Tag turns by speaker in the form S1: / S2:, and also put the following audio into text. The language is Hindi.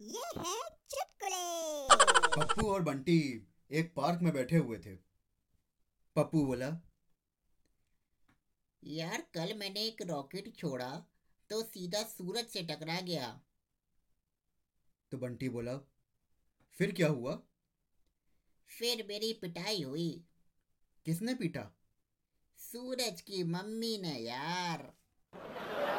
S1: ये है चुटकुले
S2: पप्पू और बंटी एक पार्क में बैठे हुए थे पप्पू बोला
S3: यार कल मैंने एक रॉकेट छोड़ा तो सीधा सूरज से टकरा गया
S2: तो बंटी बोला फिर क्या हुआ
S3: फिर मेरी पिटाई हुई
S2: किसने पीटा
S3: सूरज की मम्मी ने यार